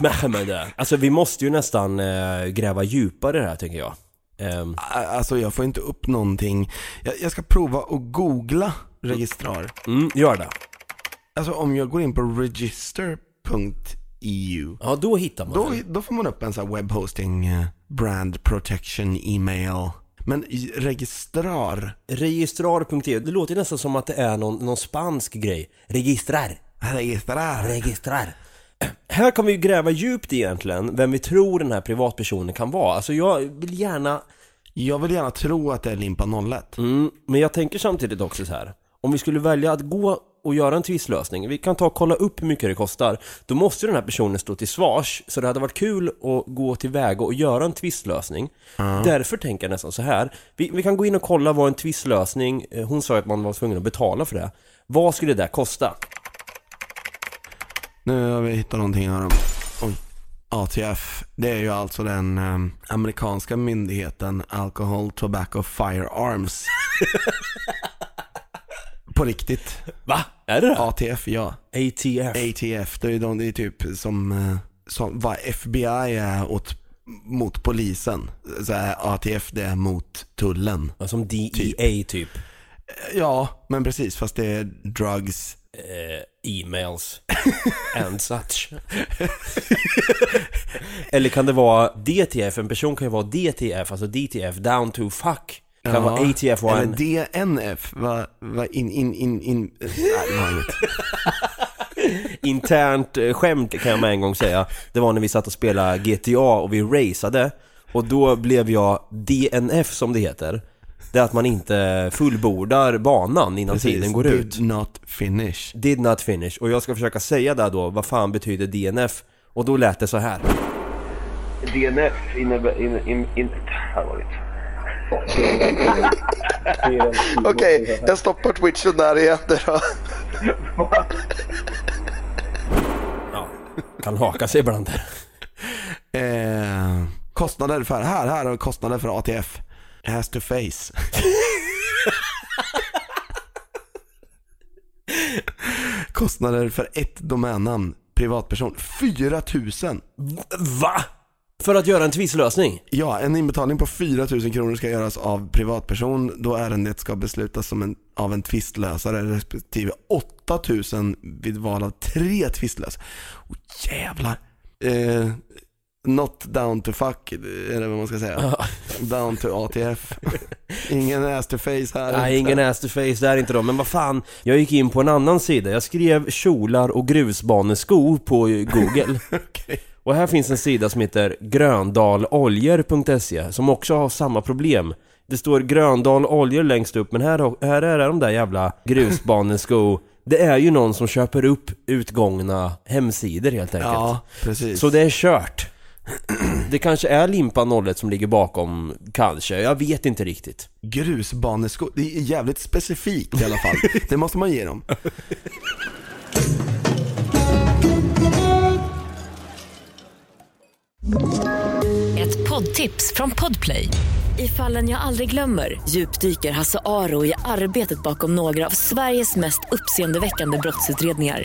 med med det? Alltså vi måste ju nästan eh, gräva djupare här tänker jag. Ehm, Alltså jag får inte upp någonting. Jag, jag ska prova att googla registrar. Mm, gör det. Alltså om jag går in på register.eu. Ja, då hittar man då, då får man upp en sån här webbhosting, eh, brand protection email. Men i- registrar, registrar.eu, E. det låter ju nästan som att det är någon, någon spansk grej. Registrar. Registrar. Registrar. Här kan vi ju gräva djupt egentligen, vem vi tror den här privatpersonen kan vara. Alltså jag vill gärna... Jag vill gärna tro att det är Limpa 01. Mm, men jag tänker samtidigt också så här. Om vi skulle välja att gå och göra en tvistlösning, vi kan ta och kolla upp hur mycket det kostar. Då måste ju den här personen stå till svars, så det hade varit kul att gå tillväga och göra en tvistlösning. Därför tänker jag nästan så här. Vi, vi kan gå in och kolla vad en tvistlösning, eh, hon sa ju att man var tvungen att betala för det. Vad skulle det där kosta? Nu har vi hittat någonting här om oj, ATF. Det är ju alltså den ehm, amerikanska myndigheten Alcohol, Tobacco, Firearms. På riktigt. Va? Är det det? ATF, ja. ATF. ATF, det är, ju de, det är typ som, eh, som vad FBI är åt, mot polisen. Så här, ATF det är mot tullen. Ja, Som DEA typ. Ja, men precis. Fast det är drugs. Eh, emails and such. Eller kan det vara DTF? En person kan ju vara DTF, alltså DTF, down to fuck. Kan vara ATF och Eller en... DNF. Vad, vad, in, in, in, in. eh, Nej, det har jag inget. internt eh, skämt kan jag med en gång säga. Det var när vi satt och spelade GTA och vi raceade. Och då blev jag DNF som det heter. Det är att man inte fullbordar banan innan Precis, tiden går did ut. not finish. Did not finish. Och jag ska försöka säga där då, vad fan betyder DNF? Och då lät det så här. DNF innebär... In, in, in, här var Okej, jag stoppar twitchen där igen då. Kan haka sig ibland där. Eh, kostnader för, här, här har vi kostnader för ATF. Has to face. kostnader för ett domännamn, privatperson, 4000. Va? För att göra en tvistlösning? Ja, en inbetalning på 4000 kronor ska göras av privatperson då ärendet ska beslutas som en, av en tvistlösare respektive 8000 vid val av tre tvistlösare. Oh, jävlar! Eh, not down to fuck, eller vad man ska säga. down to ATF. Ingen ass to face här. Nej, ingen ass to face där inte då, men vad fan. Jag gick in på en annan sida, jag skrev kjolar och grusbaneskor på google. Och här finns en sida som heter gröndaloljor.se som också har samma problem. Det står Gröndal Oljor längst upp, men här, här är de där jävla grusbanesko. Det är ju någon som köper upp utgångna hemsidor helt enkelt. Ja, precis. Så det är kört. Det kanske är Limpa 01 som ligger bakom, kanske. Jag vet inte riktigt. Grusbaneskor, det är jävligt specifikt i alla fall. det måste man ge dem. Ett poddtips från Podplay. I fallen jag aldrig glömmer djupdyker Hasse Aro i arbetet bakom några av Sveriges mest uppseendeväckande brottsutredningar.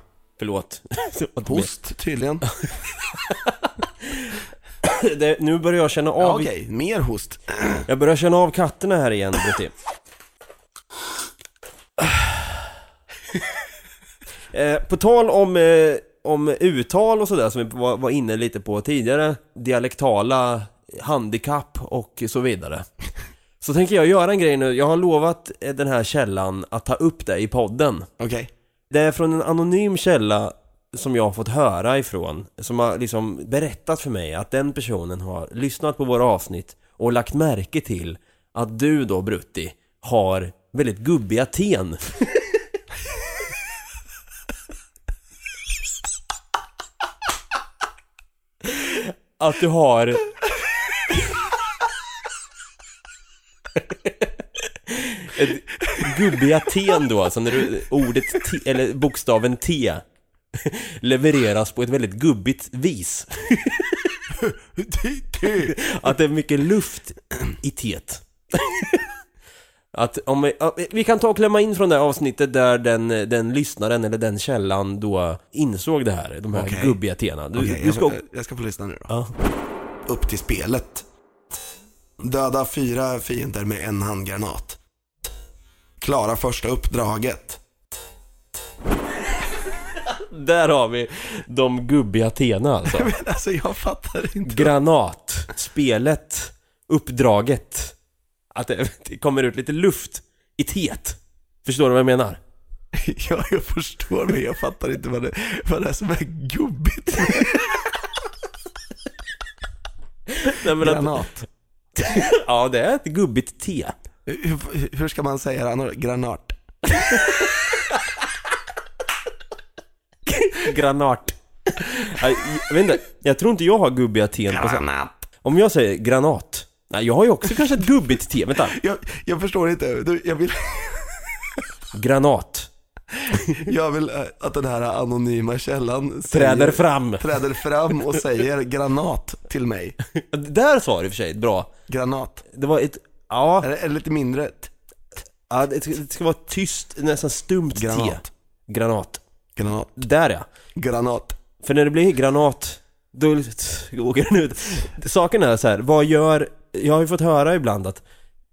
Förlåt. Host tydligen. det, nu börjar jag känna av... Ja, okej. mer host. Jag börjar känna av katterna här igen, Brutti. Eh, på tal om, eh, om uttal och sådär som vi var, var inne lite på tidigare, dialektala handikapp och så vidare. Så tänker jag göra en grej nu. Jag har lovat eh, den här källan att ta upp det i podden. Okej. Det är från en anonym källa som jag har fått höra ifrån. Som har liksom berättat för mig att den personen har lyssnat på våra avsnitt och lagt märke till att du då Brutti har väldigt gubbiga ten. att du har ett gubbiga ten då, alltså när du, ordet T, eller bokstaven T levereras på ett väldigt gubbigt vis. Att det är mycket luft i teet. Att om vi, ja, vi kan ta och klämma in från det här avsnittet där den, den lyssnaren eller den källan då insåg det här, de här Okej. gubbiga tena. Du, Okej, du ska... jag, jag ska få lyssna nu då. Upp till spelet. Döda fyra fiender med en handgranat. Klara första uppdraget. Där har vi de gubbiga tena alltså. Alltså jag fattar inte. Granat, spelet, uppdraget. Att det, det kommer ut lite luft i teet. Förstår du vad jag menar? Ja, jag förstår men jag fattar inte vad det, vad det är som är gubbigt. Nej, men att- Granat. ja, det är ett gubbigt te. Hur, hur ska man säga det annars? Granat. Granat. Nej, Jag vet inte, jag tror inte jag har gubbiga ten på Granat. Om jag säger granat. Nej, jag har ju också kanske ett gubbigt te. Vänta. Jag, jag förstår inte. Du, Jag vill, Granat. jag vill eh, att den här anonyma källan Träder fram. Träder fram och säger granat till mig. Där sa du i och för sig ett bra. Granat. Det var ett, ja. Eller, eller lite mindre. t- Ja, det ska, det ska vara tyst, nästan stumt Granat. te. Granat. Granat. Där ja. Granat. För när det blir granat, då åker den ut. Saken är så här, vad gör... Jag har ju fått höra ibland att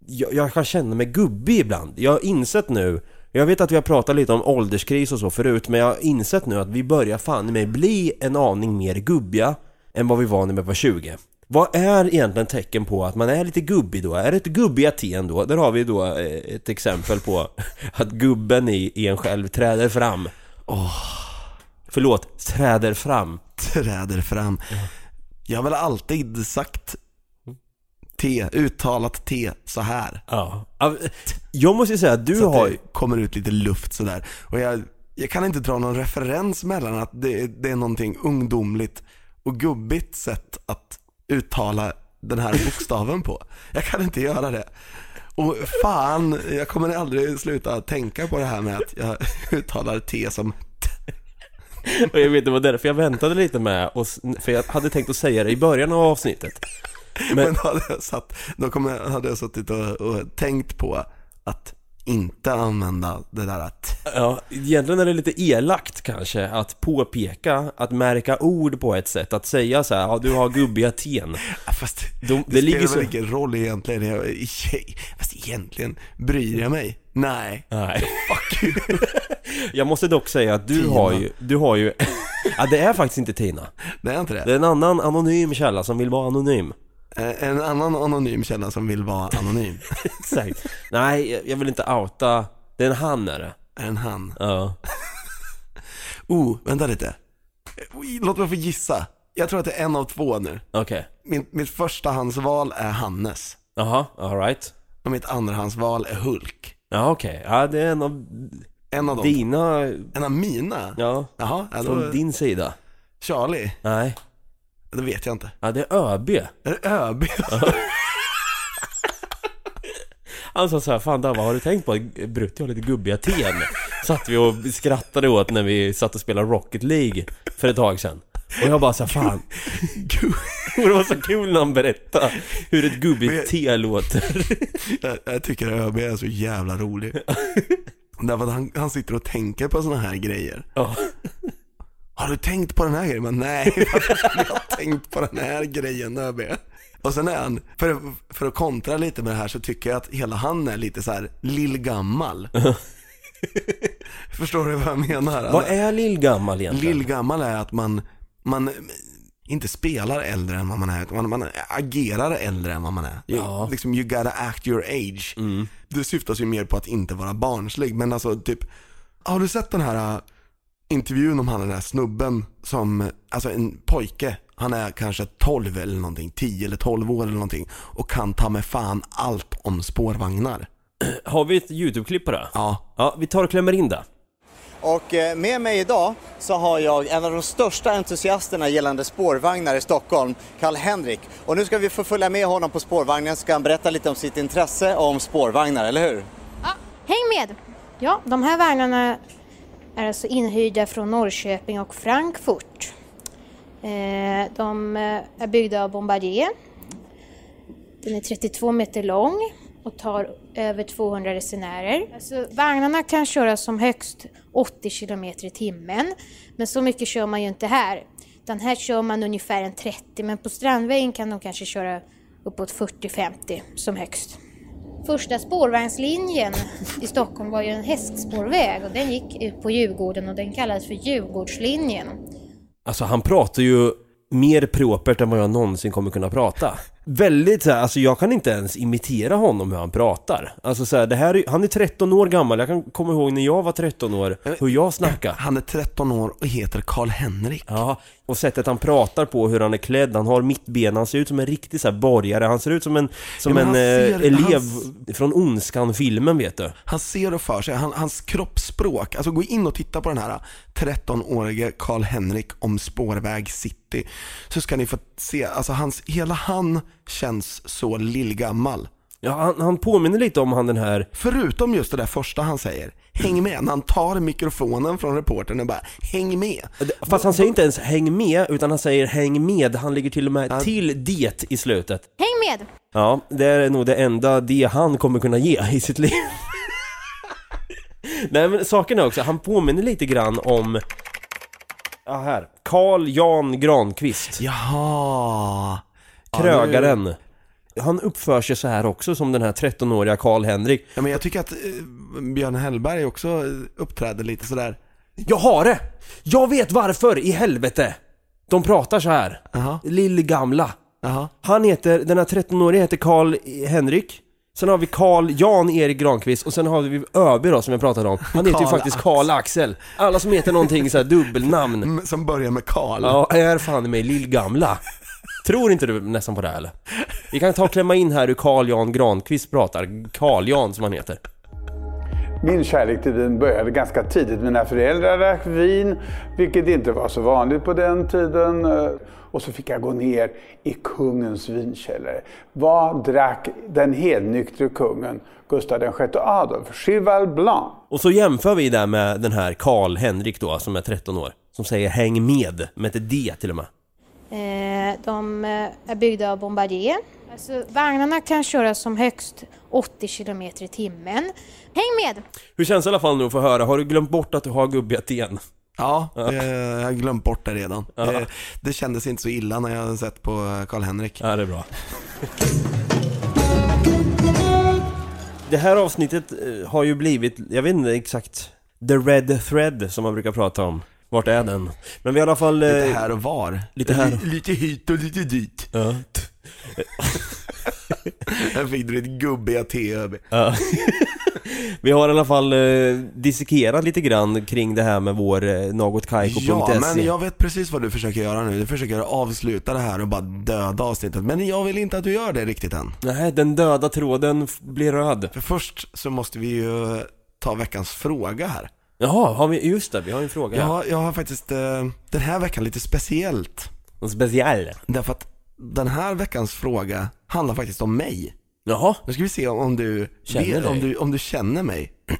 jag, jag kan känna mig gubbig ibland. Jag har insett nu, jag vet att vi har pratat lite om ålderskris och så förut, men jag har insett nu att vi börjar fan i mig bli en aning mer gubbiga än vad vi var när vi var 20. Vad är egentligen tecken på att man är lite gubbig då? Är det ett gubbiga ten då? Där har vi då eh, ett exempel på att gubben i, i en själv träder fram. Förlåt, träder fram. Träder fram. Jag har väl alltid sagt T, uttalat T så här. Ja. Jag måste ju säga att du så att har ju- det kommer ut lite luft sådär. Och jag, jag kan inte dra någon referens mellan att det, det är någonting ungdomligt och gubbigt sätt att uttala den här bokstaven på. Jag kan inte göra det. Och fan, jag kommer aldrig sluta tänka på det här med att jag uttalar T som Och jag vet, det var därför jag väntade lite med och, s- För jag hade tänkt att säga det i början av avsnittet Men, hade jag satt, då kom jag, hade jag suttit och, och tänkt på att inte använda det där att Ja, egentligen är det lite elakt kanske att påpeka, att märka ord på ett sätt, att säga så här, ja du har gubbiga ten. Fast Äh, De, det, spelar ligger väl så... ingen roll egentligen. Jag, tjej, fast egentligen, bryr jag mig? Nej. Nej. jag måste dock säga att du har ju, du har ju... ja, det är faktiskt inte Tina. Det är inte det. Det är en annan anonym källa som vill vara anonym. Eh, En annan anonym källa som vill vara anonym. Exakt. Nej, jag- jag vill inte outa. Det är en han är det. En han. Ja. Oh, vänta lite. Oj, Låt mig få gissa. Jag tror att det är en av två nu. Okej. Min, mitt förstahandsval är Hannes. Jaha, alright. Och mitt andrahandsval är Hulk. Ja okej, ja det är en av... En av dem. Dina... En av mina? Ja. Jaha, ja, då- Från din sida? Charlie? Nej. Det vet jag inte. Ja, det är ÖB. Är det ÖB? Han sa såhär, fan Dabba, har du tänkt på att Brutti har lite gubbiga ten? Satt vi och skrattade åt när vi satt och spelade Rocket League för ett tag sedan. Och jag bara såhär, fan. Och det var så kul när han berättade hur ett gubbigt te låter. jag, jag tycker ÖB är så jävla rolig. Därför att han, han sitter och tänker på sådana här grejer. Ja. Har du tänkt på den här grejen? Men nej, varför skulle jag ha tänkt på den här grejen ÖB? Och sen är han, för, för att kontra lite med det här så tycker jag att hela han är lite så här lillgammal. Förstår du vad jag menar? Vad är lillgammal egentligen? Lillgammal är att man, man inte spelar äldre än vad man är, utan man, man agerar äldre än vad man är. You, liksom, you gotta act your age. Det syftas ju mer på att inte vara barnslig, men alltså typ, har du sett den här äh, intervjun om han den här snubben som, alltså en pojke, han är kanske 12 eller någonting, 10 eller 12 år eller någonting och kan ta med fan allt om spårvagnar. Har vi ett YouTube-klipp på det? Ja. Ja, vi tar och klämmer in det. Och eh, med mig idag så har jag en av de största entusiasterna gällande spårvagnar i Stockholm, Karl-Henrik. Och nu ska vi få följa med honom på spårvagnen, ska han berätta lite om sitt intresse om spårvagnar, eller hur? Häng med! Ja, de här vagnarna är alltså inhyrda från Norrköping och Frankfurt. Eh, De eh, är byggda av Bombardier. Den är 32 meter lång och tar över 200 resenärer. Alltså, vagnarna kan köras som högst 80 km i timmen, men så mycket kör man ju inte här. Utan här kör man ungefär en 30, men på Strandvägen kan de kanske köra uppåt 40-50 som högst. Första spårvagnslinjen i Stockholm var ju en hästspårväg och den gick ut på Djurgården och den kallades för Djurgårdslinjen. Alltså han pratar ju mer propert än vad jag någonsin kommer kunna prata. Väldigt så här, alltså jag kan inte ens imitera honom hur han pratar. Alltså så här, det här är, han är 13 år gammal, jag kan komma ihåg när jag var 13 år, hur jag snackade. Han är 13 år och heter Karl-Henrik. Ja, och sättet han pratar på, hur han är klädd, han har mittben, han ser ut som en riktig så här borgare, han ser ut som en, som Ja, en men han eh, ser- elev han- från Ondskan-filmen vet du. Han ser och för sig, han, hans kroppsspråk, alltså gå in och titta på den här 13-årige Karl-Henrik om spårväg city. Så ska ni få se, alltså hans, hela han känns så lillgammal. Ja, han, han påminner lite om han den här... Förutom just det där första han säger, häng med, när han tar mikrofonen från reportern och bara, häng med. Fast han säger inte ens häng med, utan han säger häng med, han ligger till och med till det i slutet. Häng med! Ja, det är nog det enda det han kommer kunna ge i sitt liv. Nej men saken är också, han påminner lite grann om... Ja här, Carl Jan Granqvist. Jaha! Krögaren. Han uppför sig så här också som den här 13-åriga Carl Henrik. Ja men jag tycker att eh, Björn Hellberg också eh, uppträder lite sådär. Jag har det! Jag vet varför i helvete! De pratar så här. Lill-gamla. Han heter, den här 13-årige heter Karl Henrik. Sen har vi Karl Jan Erik Granqvist och sen har vi ÖB då som jag pratade om. Han heter ju Karl faktiskt Axel. Mm. Karl Axel. Alla som heter någonting så här dubbelnamn. Som börjar med Karl. Ja, är fan i mig lill-gamla. Tror inte du nästan på det här eller? Vi kan ta och klämma in här hur Karl Jan Granqvist pratar. Karl Jan som han heter. Min kärlek till vin började ganska tidigt. Mina föräldrar drack vin, vilket inte var så vanligt på den tiden. Eh, Och så fick jag gå ner i kungens vinkällare. Vad drack den helnyktre kungen, Gustav VI Adolf? Cheval Blanc. Och så jämför vi det med den här Karl Henrik då, som är 13 år. Som säger häng med, med ett D till och med. Eh, De eh, är byggda av Bombardier. Alltså, vagnarna kan köras som högst 80 km i timmen. Häng med! Hur känns det i alla fall nu att få höra? Har du glömt bort att du har gubbjätte igen? Ja, eh, jag har glömt bort det redan. Eh, Det kändes inte så illa när jag hade sett på eh, Karl-Henrik. Ja, det är bra. Det här avsnittet eh, har ju blivit, jag vet inte exakt, the red thread som man brukar prata om. Vart är den? Men vi har i alla fall... eh, Lite här och var. Lite här. Li- Lite hit och lite dit. Ja. Här fick du ditt gubbiga TÖB. Ja. Vi har i alla fall eh, dissekerat lite grann kring det här med vår eh, nagotkaiko.se Ja, men jag vet precis vad du försöker göra nu. Du försöker avsluta det här och bara döda avsnittet. Men jag vill inte att du gör det riktigt än. Nej, den döda tråden f- blir röd. För först så måste vi ju ta veckans fråga här. Jaha, har vi, just det, vi har ju en fråga Jag här. har, jag har faktiskt eh, den här veckan lite speciellt. Speciell? Därför att den här veckans fråga handlar faktiskt om mig. Jaha. Nu ska vi se om, om, du, Känner vet- om, dig. du, om du känner mig.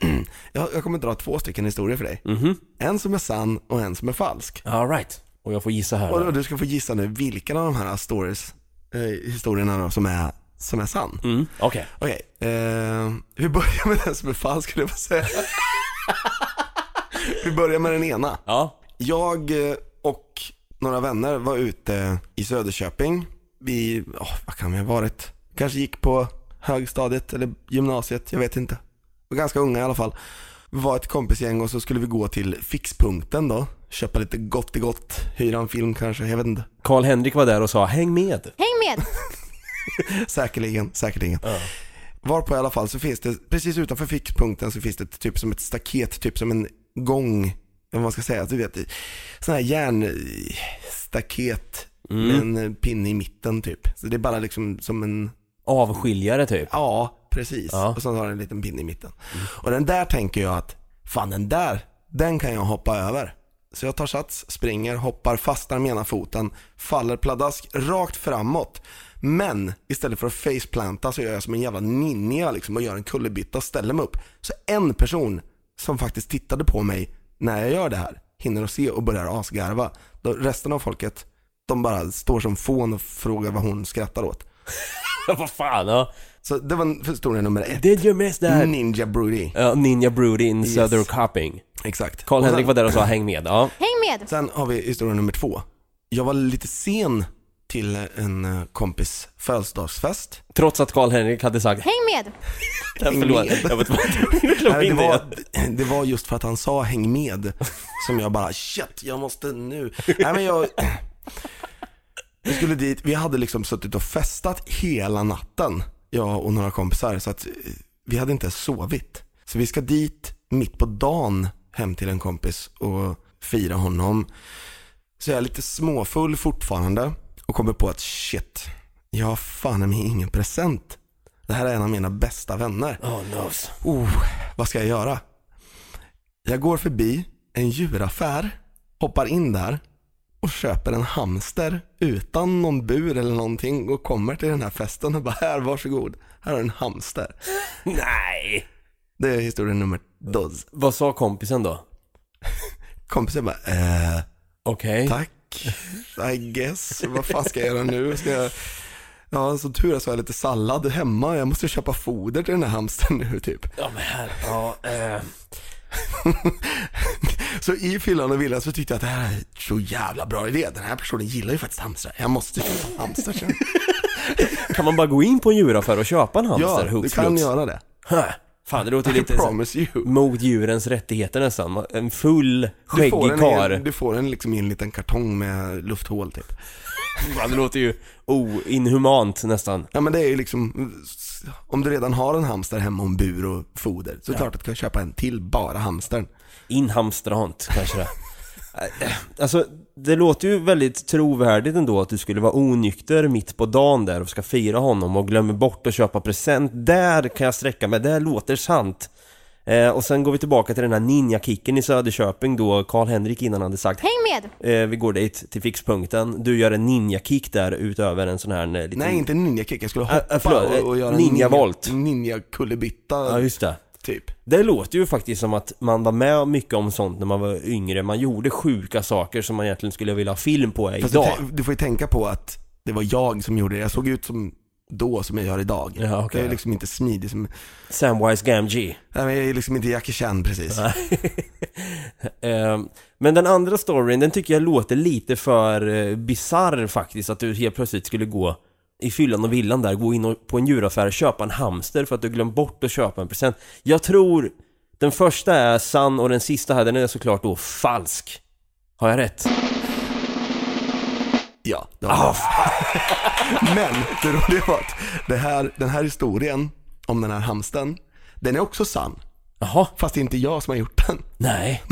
jag, jag kommer dra två stycken historier för dig. Mhm. En som är sann och en som är falsk. All right. Och jag får gissa här Och, då. och du ska få gissa nu vilken av de här stories, eh, historierna då, som är, som är sann. Mm, okej. Okej, eh, vi börjar med den som är falsk skulle jag bara säga. vi börjar med den ena. Ja. Jag eh, och några vänner var ute i Söderköping. Vi, åh, vad kan vi ha varit? Kanske gick på högstadiet eller gymnasiet, jag vet inte. Vi var ganska unga i alla fall. var ett kompisgäng och så skulle vi gå till fixpunkten då. Köpa lite gott i gott, hyra en film kanske, jag vet inte. Karl-Henrik var där och sa häng med. Häng med! säkerligen, säkerligen. Varpå i alla fall så finns det, precis utanför fixpunkten så finns det typ som ett staket, typ som en gång, eller vad man ska säga, du vet, sån här järnstaket med en pinne i mitten typ. Så det är bara liksom som en... Avskiljare typ? Ja, precis. Och så har den en liten pinne i mitten. Och den där tänker jag att, fan den där, den kan jag hoppa över. Så jag tar sats, springer, hoppar, fastnar med ena foten, faller pladask rakt framåt. Men istället för att faceplanta så gör jag som en jävla ninja liksom och gör en kullerbytta och ställer mig upp. Så en person som faktiskt tittade på mig när jag gör det här hinner att se och börjar asgarva. Då resten av folket, de bara står som fån och frågar vad hon skrattar åt. vad fan ja. Så det var historia nummer ett. Did you miss that? Ninja Broody. Ja, Ninja Broody in Yes. Söderköping. Exakt. Karl-Henrik var där och sa häng med. Ja. Häng med! Sen har vi historia nummer två. Jag var lite sen till en eh, kompis födelsedagsfest. Trots att Karl-Henrik hade sagt Häng med! Häng förlåt. med. Jag vet Nej, det, in i var, det var just för att han sa häng med som jag bara shit, jag måste nu. Nej men jag... Vi skulle dit, vi hade liksom suttit och festat hela natten, jag och några kompisar, så att eh, vi hade inte ens sovit. Så vi ska dit mitt på dagen hem till en kompis och fira honom. Så jag är lite småfull fortfarande och kommer på att shit, jag har fan i mig ingen present. Det här är en av mina bästa vänner. Oh, noes. Oh, vad ska jag göra? Jag går förbi en djuraffär, hoppar in där och köper en hamster utan någon bur eller någonting och kommer till den här festen och bara här, varsågod, här har du en hamster. Nej! Det är historia nummer dos. Vad sa kompisen då? Kompisen bara, eh, Okej. tack, I guess, vad fan ska jag göra nu? Ska jag... Ja, så tur är så har jag lite sallad hemma, jag måste köpa foder till den här hamstern nu typ. Ja men här, ja, eh. Så i fyllan och villan så tyckte jag att det här är en så jävla bra idé. Den här personen gillar ju faktiskt hamstrar. Jag måste köpa hamstrar. sen. Kan man bara gå in på en djuraffär och köpa en hamster? ja, du hux kan flux? göra det. Huh. Fan det låter I lite så- promise you. mot djurens rättigheter nästan. En full Du får, skäggig den i karl. en, du får den liksom i en liten kartong med lufthål typ. Fan, Det låter ju oinhumant nästan. Ja men det är ju liksom, om du redan har en hamster hemma och en bur och foder så är Ja. det klart att du kan köpa en till bara hamstern. Inhamstrant kanske det. Alltså, det låter ju väldigt trovärdigt ändå att du skulle vara onykter mitt på dagen där och ska fira honom och glömmer bort att köpa present. Där kan jag sträcka mig, det här låter sant. Eh, och sen går vi tillbaka till den här ninjakicken i Söderköping då Karl-Henrik innan hade sagt Häng med! eh, Vi går dit till fixpunkten, du gör en ninjakick där utöver en sån här eh, liten... Nej inte en ninjakick, jag skulle Ah, ah, hoppa förlåt, och, och göra en ninjavolt. ninja kullerbytta Ja just det. typ. Det låter ju faktiskt som att man var med om mycket om sånt när man var yngre. Man gjorde sjuka saker som man egentligen skulle vilja ha film på Fast du, idag. tän- du får ju tänka på att det var jag som gjorde det. Jag såg ut som då som jag gör idag. Ja, okej. Jag är liksom inte smidig som, Samwise Gamgee. nej men jag är liksom inte Jackie Chan precis. Ehm, Men den andra storyn, den tycker jag låter lite för eh, bizarr faktiskt. Att du helt plötsligt skulle gå i fyllan och villan där, gå in och- på en djuraffär och köpa en hamster för att du glömt bort att köpa en present. Jag tror den första är sann och den sista här, den är såklart då falsk. Har jag rätt? Ja, det var Ah, det. Men det roliga var att det här, den här historien om den här hamsten, den är också sann. Jaha. Fast det är inte jag som har gjort den. Nej.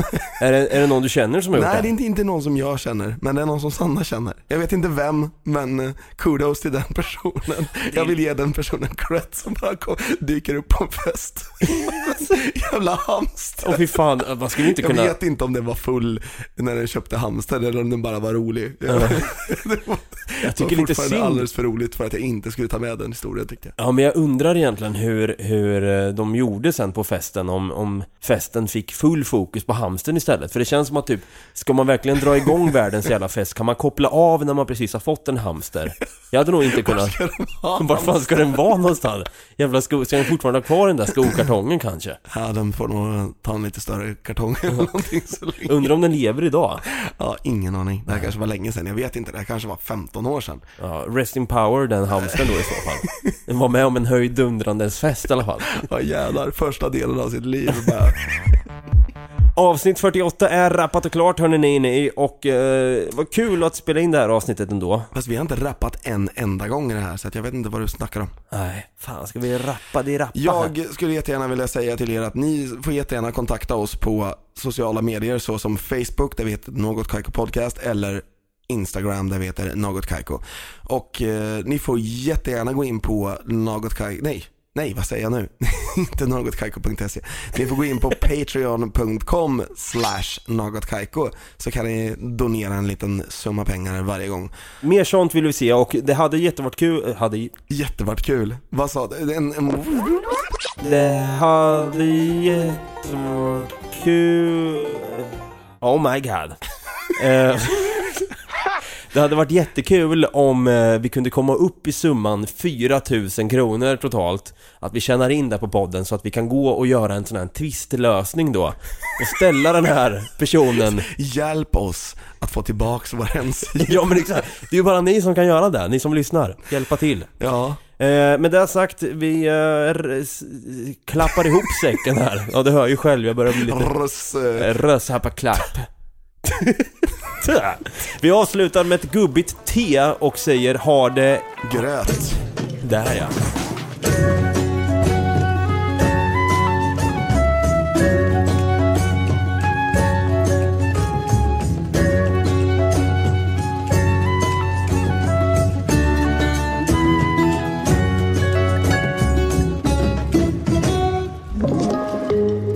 är, det, är det någon du känner som har gjort Nej, det det? är inte, inte någon som jag känner, men det är någon som Sanna känner. Jag vet inte vem, men eh, kudos till den personen. Jag vill ge den personen cred som bara kom, dyker upp på en fest. Jävla hamster. Åh fy fan, man skulle inte jag kunna... vet inte om den var full när den köpte hamster eller om den bara var rolig. Jag, Jag tycker lite synd. alldeles för roligt för att jag inte skulle ta med den historien tyckte jag. Ja men jag undrar egentligen hur, hur eh, de gjorde sen på festen om, om festen fick full fokus på hamsten istället. För det känns som att typ, ska man verkligen dra igång världens jävla fest kan man koppla av när man precis har fått en hamster? Jag hade nog inte kunnat... Var fan ska den vara någonstans? Jävla sko... Ska den fortfarande ha kvar den där skokartongen kanske? Ja, den får nog ta en lite större kartong eller någonting så länge. Undrar om den lever idag? Ja, ingen aning. Det här kanske var länge sedan, jag vet inte. Det här kanske var 15 år sedan. Ja, rest in power den hamsten då i så fall. Den var med om en höjd dundrandes fest i alla fall. Ja jävlar, första delen av sitt liv bara Avsnitt 48 är rappat och klart hörni ni inne i och eh, vad kul att spela in det här avsnittet ändå. Fast vi har inte rappat en enda gång i det här så att jag vet inte vad du snackar om. Nej, fan ska vi rappa? Det är rappa Jag här. skulle jättegärna vilja säga till er att ni får jättegärna kontakta oss på sociala medier såsom Facebook där vi heter Något Kaiko Podcast eller Instagram där vi heter Något Kaiko. Och eh, ni får jättegärna gå in på Något Kaiko, nej, nej vad säger jag nu? Inte någotkaiko.se. Ni får gå in på patreon.com slash nagotkaiko så kan ni donera en liten summa pengar varje gång. Mer sånt vill vi se och det hade jättevarit kul, hade... Jättevarit kul? Vad sa du? En, en... Det hade jättevarit kul... Oh my god. Eh, det hade varit jättekul om eh, vi kunde komma upp i summan 4000 kronor totalt. Att vi tjänar in det på podden så att vi kan gå och göra en sån här tvistlösning då. Och ställa den här personen... Hjälp oss att få tillbaks vår hemsida. ja men exakt. Det är ju bara ni som kan göra det, ni som lyssnar. Hjälpa till. Ja. Eh, med det sagt, vi eh, r- s- klappar ihop säcken här. Ja, du hör ju själv, jag börjar bli lite... Röss... Röss här på klapp. vi avslutar med ett gubbigt T och säger ha det... Gröt. Där ja.